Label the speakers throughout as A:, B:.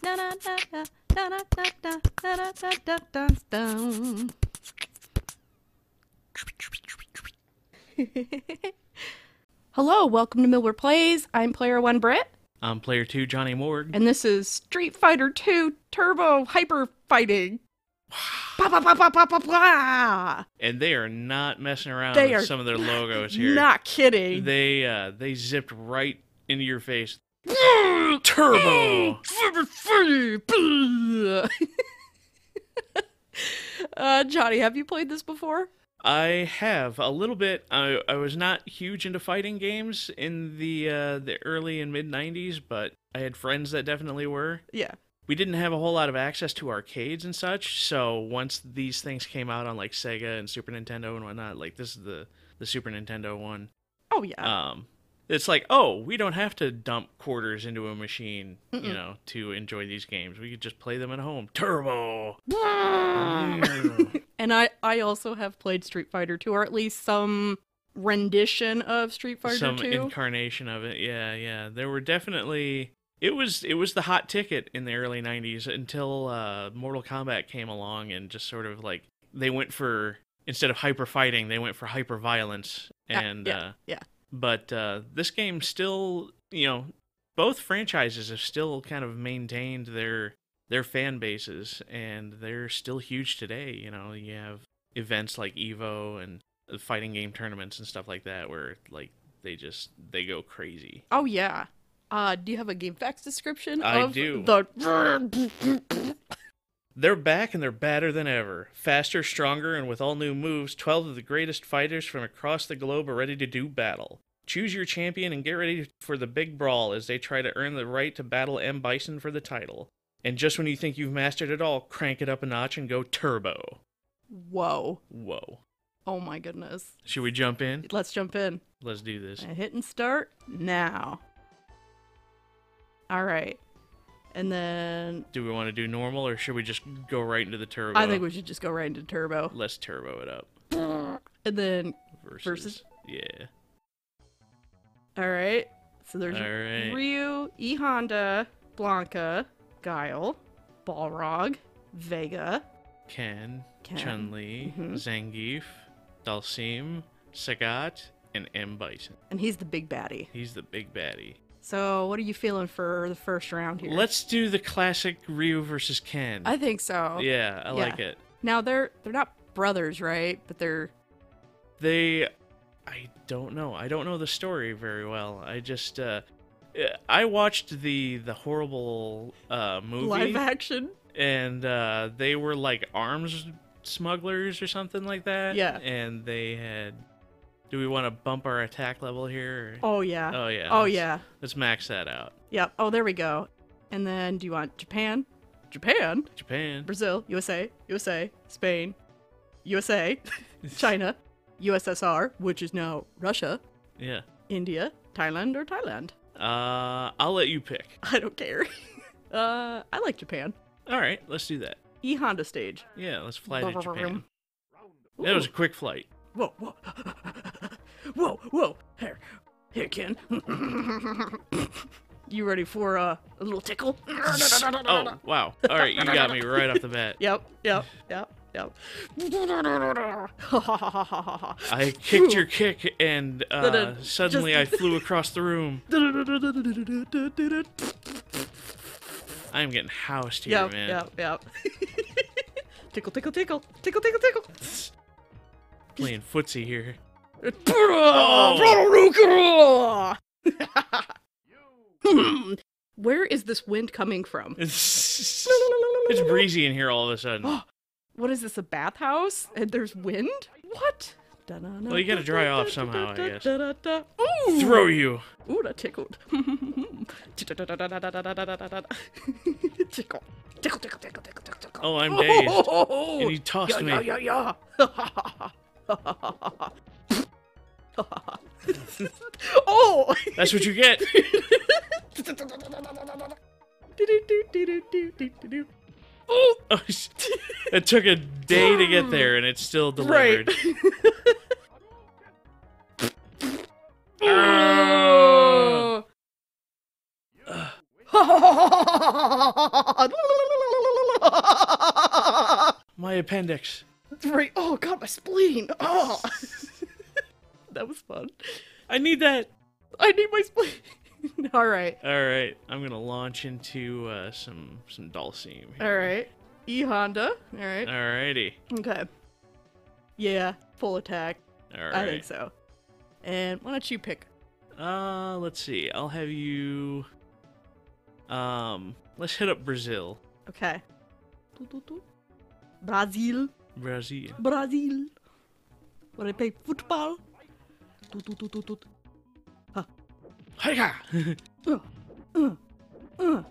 A: Hello, welcome to Miller Plays. I'm player one Britt,
B: I'm um, player two, Johnny Morg.
A: and this is Street Fighter 2 Turbo Hyper Fighting. Ba, ba, ba, ba, ba, ba, ba.
B: And they are not messing around
A: They
B: with
A: are
B: some of their logos here.
A: Not kidding.
B: They uh, they zipped right into your face. Turbo.
A: uh, Johnny, have you played this before?
B: I have a little bit. I, I was not huge into fighting games in the uh, the early and mid '90s, but I had friends that definitely were.
A: Yeah.
B: We didn't have a whole lot of access to arcades and such, so once these things came out on like Sega and Super Nintendo and whatnot, like this is the the Super Nintendo one.
A: Oh yeah.
B: um it's like oh we don't have to dump quarters into a machine
A: Mm-mm.
B: you know to enjoy these games we could just play them at home turbo
A: Ah. and I I also have played Street Fighter 2 or at least some rendition of Street Fighter
B: some
A: 2.
B: incarnation of it yeah yeah there were definitely it was it was the hot ticket in the early 90s until uh mortal kombat came along and just sort of like they went for instead of hyper fighting they went for hyper violence
A: Yeah,
B: and
A: yeah,
B: uh
A: yeah.
B: but uh this game still you know both franchises have still kind of maintained their their fan bases and they're still huge today you know you have events like evo and the fighting game tournaments and stuff like that where like they just they go crazy
A: Oh yeah. Uh, do you have a GameFAQs description
B: I
A: of
B: do.
A: the?
B: They're back and they're badder than ever. Faster, stronger, and with all new moves, 12 of the greatest fighters from across the globe are ready to do battle. Choose your champion and get ready for the big brawl as they try to earn the right to battle M. Bison for the title. And just when you think you've mastered it all, crank it up a notch and go turbo.
A: Whoa!
B: Whoa.
A: Oh my goodness.
B: Should we jump in?
A: Let's jump in.
B: Let's do this.
A: And hit and start now. All right. And then
B: Do we want to do normal or should we just go right into the turbo?
A: I think we should just go right into turbo.
B: Let's turbo it up.
A: And then
B: Versus.
A: Versus?
B: Yeah.
A: all right. So there's
B: All right.
A: Ryu, E Honda, Blanca, Guile, Balrog, Vega.
B: Ken,
A: Ken.
B: Chun Li,
A: Mhm.
B: Zangief, Dalsim, Sagat, and M. Bison.
A: And he's the big baddie.
B: He's the big baddie.
A: So what are you feeling for the first round here?
B: Let's do the classic Ryu versus Ken.
A: I think so.
B: yeah, I
A: yeah.
B: like it.
A: Now they're they're not brothers, right? But they're
B: They. I don't know. I don't know the story very well. I just. Uh, I watched the the horrible uh, movie.
A: live action.
B: and uh, they were like arms smugglers or something like that.
A: Yeah.
B: And they had. Do we want to bump our attack level here? or-
A: Oh yeah.
B: oh yeah.
A: Oh
B: let's-
A: yeah.
B: Let's max that out.
A: Yep. Oh, there we go. And then do you want Japan? Japan,
B: Japan.
A: Brazil, USA, USA, Spain, USA, China, USSR, which is now Russia,
B: Yeah.
A: India, Thailand, or Thailand.
B: Uh, I'll let you pick.
A: I don't care. uh, I like Japan.
B: All right, let's do that.
A: E Honda stage.
B: Yeah, let's fly to Japan.
A: Ooh.
B: That was a quick flight.
A: whoa, whoa, whoa, whoa. Here, here, Ken. you ready for uh, a little tickle?
B: Oh, wow. All right, you got me right off the bat.
A: Yep, yep, yep, yep.
B: I kicked your kick, and uh,
A: Just-
B: suddenly I flew across the room. I am getting housed here,
A: yep,
B: man.
A: yep, yep. tickle, tickle, tickle, tickle, tickle, tickle.
B: Playing footsie here.
A: Hmm, Where is this wind coming from?
B: It's, it's breezy in here all of a sudden.
A: What is this, a bathhouse? And there's wind? What? Well,
B: you gotta dry off somehow, I guess.
A: Ooh!
B: Throw you.
A: Ooh, that tickled. tickle. Tickle, tickle, tickle, tickle, tickle, tickle.
B: Oh, I'm dazed.
A: Oh,
B: And you tossed
A: yeah,
B: me.
A: Yeah, yeah, yeah. oh!
B: That's what you get.
A: Do-do-do-do-do-do-do-do. Oh!
B: Oh, sh- it took a day to get there, and it's still
A: Right.
B: delivered.
A: God. Oh!
B: My appendix.
A: Right. Oh God, my spleen. Oh, that was fun.
B: I need that.
A: I need my spleen. All right.
B: All right, I'm gonna launch into uh, some some Dalseem.
A: All right. E Honda. All right.
B: Alrighty.
A: Okay. Yeah. Full attack.
B: All right.
A: I think so. And why don't you pick?
B: Uh, let's see. I'll have you. Um, let's hit up Brazil.
A: Okay. Doo, doo, doo. Brazil.
B: Brazil.
A: Brazil. Where I play football. Doo, doo, doo, doo, doo.
B: Hiya!
A: Uh, uh, uh.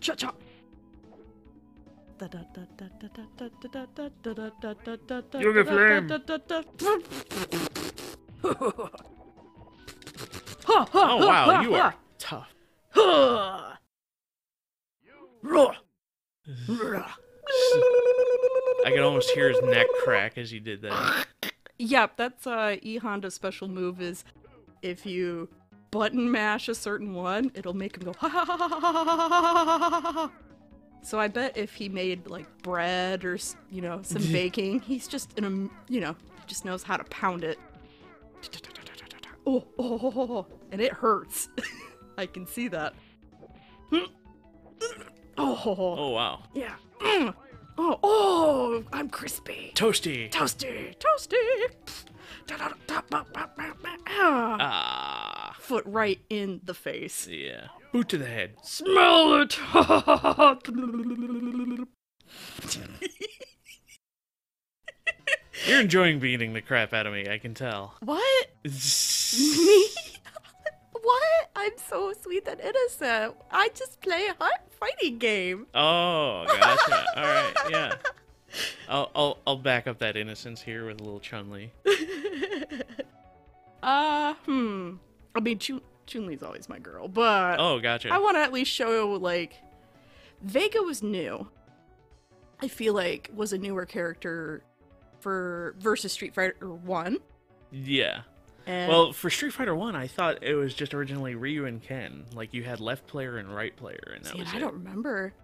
A: Cha cha. Da da da da da da da da da da da da da da da da
B: Uniflame.
A: da da da da. Ha, ha,
B: oh
A: ha,
B: wow,
A: ha,
B: you are tough.
A: ha. Roar. Roar.
B: I could almost hear his neck crack as he did that.
A: Yep, that's uh, E Honda's special move is if you button mash a certain one, it'll make him go ha ha ha ha ha ha ha ha ha ha ha. So I bet if he made like bread or s- you know some baking, he's just in a you know just knows how to pound it. Oh oh, oh, oh, oh. and it hurts. I can see that. Oh, oh, oh.
B: Oh wow,
A: yeah. Mm. Oh oh, I'm crispy
B: toasty.
A: toasty, toasty. Da, da, da, ba, ba, ba, ba, ah.
B: Ah,
A: Foot right in the face.
B: yeah. Boot to the head.
A: Smell it.
B: You're enjoying beating the crap out of me. I can tell.
A: what? Me? what? I'm so sweet and innocent. I just play a hot fighting game.
B: Oh, gotcha. All right, yeah. I'll, I'll I'll back up that innocence here with a little Chun Li.
A: Uh, hmm. I mean, Chun Li's always my girl, but
B: Oh, gotcha.
A: I want to at least show like Vega was new. I feel like was a newer character for versus Street Fighter One.
B: yeah.
A: And
B: Well, for Street Fighter One, I thought it was just originally Ryu and Ken. Like you had left player and right player, and that
A: see,
B: was
A: I
B: it.
A: don't remember.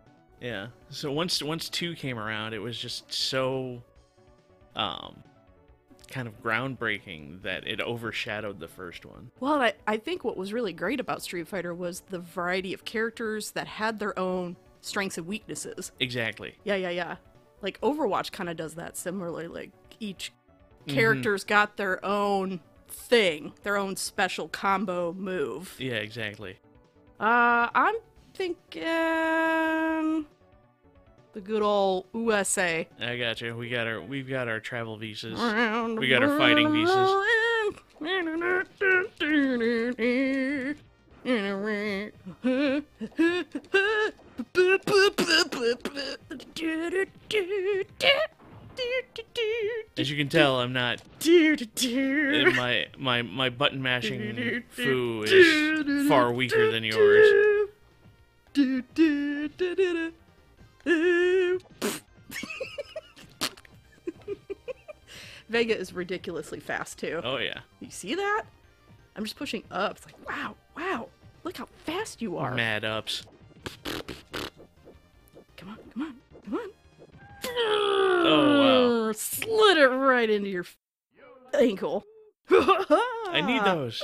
B: Yeah. So once once two came around, it was just so, um, kind of groundbreaking that it overshadowed the first one.
A: Well, I, I think what was really great about Street Fighter was the variety of characters that had their own strengths and weaknesses.
B: Exactly.
A: Yeah, yeah, yeah. Like Overwatch kind of does that similarly. Like each character's got their own thing, their own special combo move.
B: Yeah, exactly.
A: Uh, I'm thinking the good old USA.
B: I gotcha. We got our we've got our travel visas.
A: We
B: got our fighting pieces. As you can tell, I'm not and my my my button mashing foo is far weaker than yours.
A: Vega is ridiculously fast too.
B: Oh yeah,
A: You see that? I'm just pushing up. It's like, wow, wow, look how fast you are.
B: mad ups.
A: Come on, come on, come on.
B: Oh,
A: wow. Slid it right into your f- ankle. I
B: I need those.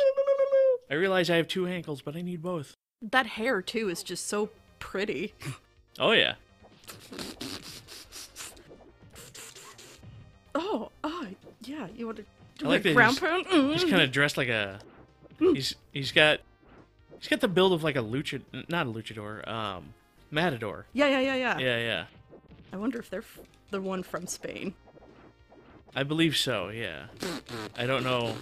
B: I realize I have two ankles, but I need both.
A: That hair too is just so pretty.
B: Oh yeah,
A: Oh, oh, yeah. You want to do
B: I like
A: a
B: that he's-
A: ground pound?
B: he's
A: Mm.
B: kind of dressed like a. He's he's got he's got the build of like a lucha, not a luchador, um, matador.
A: yeah, yeah, yeah, yeah,
B: Yeah, yeah.
A: I wonder if they're f- the one from Spain.
B: I believe so. Yeah. I don't know.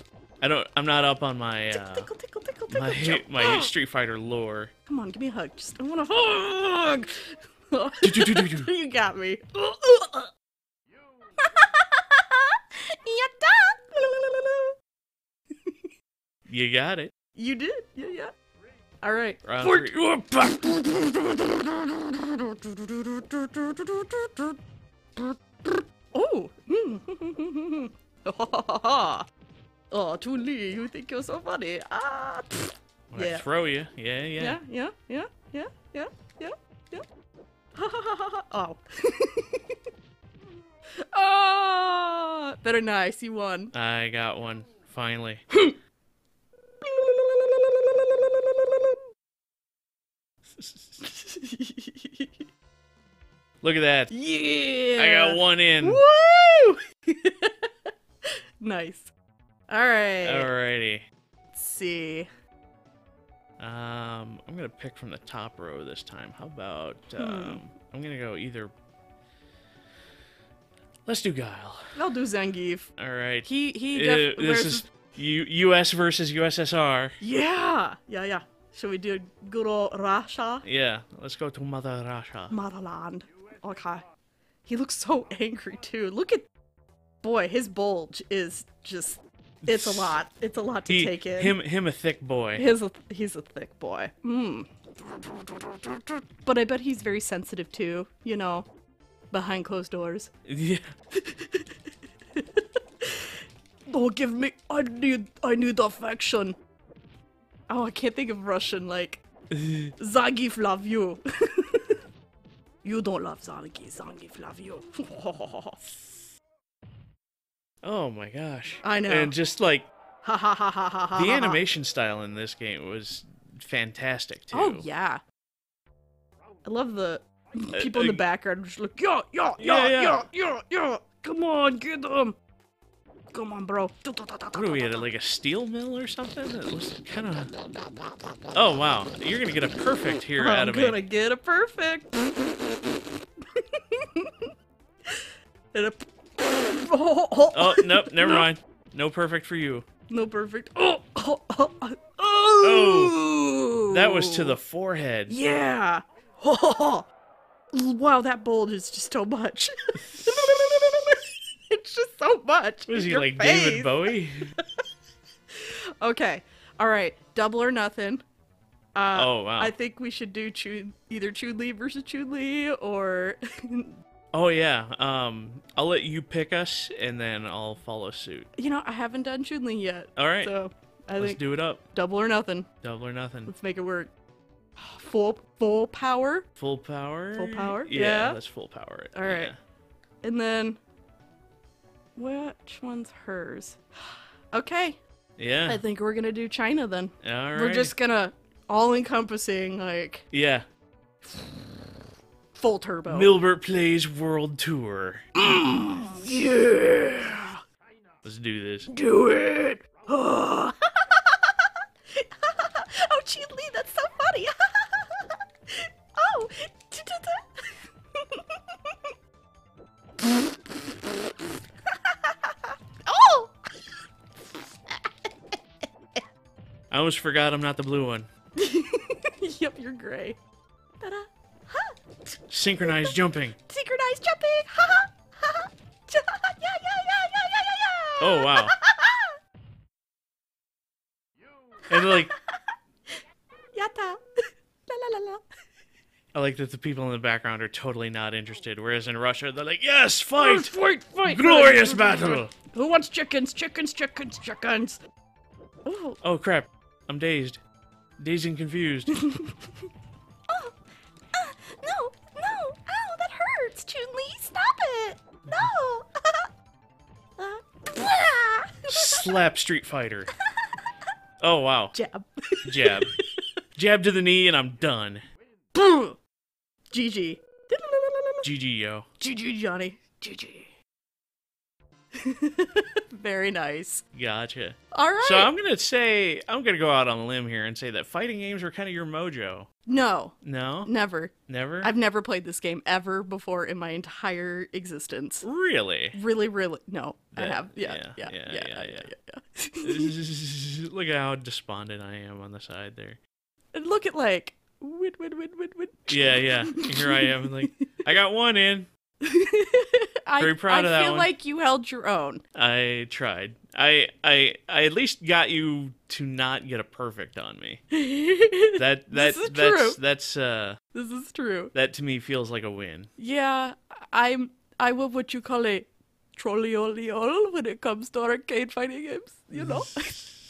B: I don't. I'm not up on my uh,
A: tickle, tickle, tickle, tickle.
B: my
A: jump.
B: my
A: Ah,
B: Street Fighter lore.
A: Come on, give me a hug. Just I want a hug.
B: Do-do-do-do-do.
A: you got me.
B: You got it.
A: you did. Yeah, yeah. All right.
B: Round
A: Four-
B: three. Whoop, bah.
A: Oh. oh, Toon Lee, you think you're so funny. Ah.
B: When I
A: Yeah.
B: throw you. Yeah, yeah.
A: Yeah, yeah, yeah, yeah, yeah, yeah. oh. oh! Better nice, you won.
B: I got one. Finally. Look at that.
A: yeah!
B: I got one in.
A: Woo! nice. All right.
B: Alrighty.
A: Let's see.
B: Um, I'm gonna pick from the top row this time. How about
A: Hmm.
B: um, I'm gonna go either. Let's do Guile.
A: I'll do Zangief.
B: All right.
A: He he.
B: Uh,
A: Def-
B: this
A: wears
B: is
A: his-
B: U- U.S. versus USSR.
A: Yeah. Yeah. Yeah. Should we do good old Rasha?
B: Yeah. Let's go to Mother Russia.
A: Mataland. Okay. He looks so angry too. Look at boy, his bulge is just it's a lot. It's a lot to
B: He-
A: take in.
B: Him, him, a thick boy.
A: He's a he's a thick boy. Mm. But I bet he's very sensitive too, you know, behind closed doors.
B: Yeah.
A: Oh, give me I need I need affection. Oh, I can't think of Russian like Zangief love you. you don't love Zangief, Zangief love you.
B: Oh my gosh.
A: I know.
B: And just like
A: Ha ha ha ha ha ha.
B: the animation style in this game was fantastic too.
A: Oh yeah. I love the people in the
B: uh,
A: background just like yeah yeah yeah
B: Yeah,
A: yeah
B: yeah.
A: yeah yeah. Come on, get them. Come on, bro. What
B: What are we at, like a steel mill or something? It was kind of. Oh wow, you're gonna get a perfect here
A: I'm
B: out of
A: gonna
B: me.
A: get a perfect. and a. Oh, oh,
B: Oh nope, never mind. No perfect for you.
A: No perfect. Oh, oh, oh, oh.
B: Oh, That was to the forehead.
A: Yeah. Oh. wow, that bulge is just so much. it's just so much.
B: Was
A: in
B: he
A: your
B: like
A: face.
B: David Bowie?
A: Okay. All right. Double or nothing. Uh,
B: Oh, wow.
A: I think we should do Chun- either Chun Li versus Chun Li or.
B: Oh yeah. Um, I'll let you pick us, and then I'll follow suit.
A: you know, I haven't done Chun Li yet.
B: All right,
A: So I
B: let's
A: think
B: do it up.
A: double or nothing.
B: Double or nothing.
A: Let's make it work. Full full power,
B: Full power.
A: Full power?
B: Yeah,
A: Yeah.
B: let's full power it.
A: All right.
B: Yeah.
A: and then which one's hers? Okay, I
B: Yeah.
A: think we're gonna do China then.
B: All right.
A: We're just gonna all encompassing like
B: Yeah.
A: full turbo.
B: Milbert plays world tour.
A: yeah,
B: Let's do this.
A: do it. oh, Chun Li, that's so funny. oh, oh.
B: I almost forgot I'm not the blue one.
A: yep, you're gray. Ta-da. Ha!
B: Synchronized jumping.
A: Synchronized jumping. Ha ha. Ha ha. Ja- Yeah, yeah, yeah, yeah, yeah, yeah, yeah.
B: Oh wow. And like
A: Yatta. La la la la.
B: I like that the people in the background are totally not interested, whereas in Russia they're like, Yes, fight!
A: fight, fight.
B: Glorious battle!
A: Who wants chickens? Chickens, chickens, chickens. Oh,
B: Oh crap. I'm dazed. Dazed and confused.
A: Ah, no, no. Ow, that hurts. Chun Li, stop it. No.
B: Slap Street Fighter. Oh wow.
A: Jab.
B: Jab. Jab to the knee and I'm done.
A: Boom. GG.
B: GG yo.
A: GG, Johnny. GG. Very nice.
B: Gotcha.
A: All right.
B: So I'm gonna say I'm gonna go out on a limb here and say that fighting games were kind of your mojo.
A: no,
B: No?
A: never.
B: Never?
A: I've never played this game ever before in my entire existence.
B: Really?
A: Really, really. No, I
B: That-
A: have. Yeah, yeah,
B: yeah,
A: yeah, yeah,
B: yeah,
A: yeah.
B: yeah,
A: yeah,
B: Look at how despondent I am on the side there.
A: And look at like win, win, win, win, win.
B: Yeah, yeah. Here I am, like I got one in.
A: I,
B: Very proud
A: I
B: of that
A: feel
B: one.
A: like you held your own.
B: I tried. I I I at least got you to not get a perfect on me.
A: this
B: That that
A: This is
B: that's
A: true.
B: that's uh
A: is true.
B: that to me feels like a win.
A: Yeah, I'm. I was what you call a trolleoliol when it comes to arcade fighting games. You know.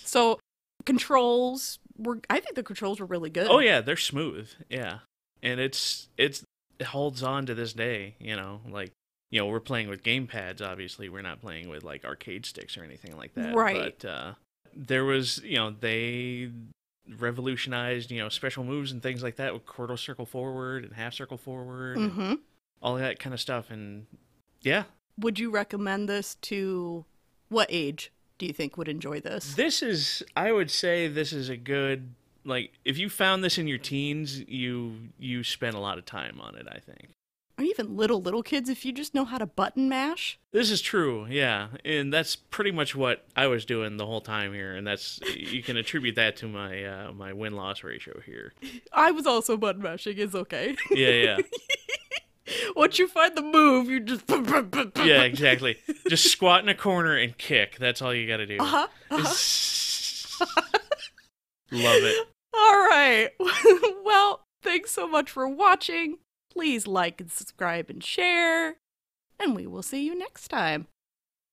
A: so controls were. I think the controls were really good.
B: Oh yeah, they're Oh, smooth. Yeah. and it's it's it holds on to this day. You know, like you know we're playing with game pads. Obviously, we're not playing with like arcade sticks or anything like that.
A: Right.
B: But uh, there was you know they revolutionized you know special moves and things like that with quarter circle forward and half circle forward, and
A: hmm
B: all that kind of stuff. And yeah,
A: Would you recommend this to what age do you think would enjoy this?
B: This is, I would say, this is a good like if you found this in your teens, you you spent a lot of time on it. I think
A: Or even little, little kids, if you just know how to button mash.
B: this is true. Yeah, and that's pretty much what I was doing the whole time here, and that's you can attribute that to my uh, my win loss ratio here.
A: I was also button mashing, it's okay.
B: Yeah, yeah,
A: Once you find the move, you just. Yeah,
B: yeah, exactly. Just squat in a corner and kick. That's all you got to do.
A: Uh huh. Uh-huh.
B: Love it.
A: All right. well, thanks so much for watching. Please like and subscribe and share. And we will see you next time.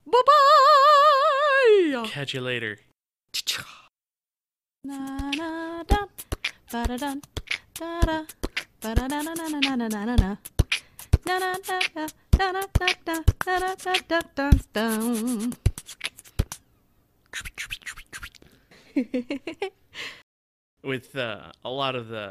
A: Bye bye!
B: Catch you later.
C: Na na da, ba da da, da da, ba da da na na na na na na na. Na na da da, da da da da, da da da da da da.
B: with uh, a lot of the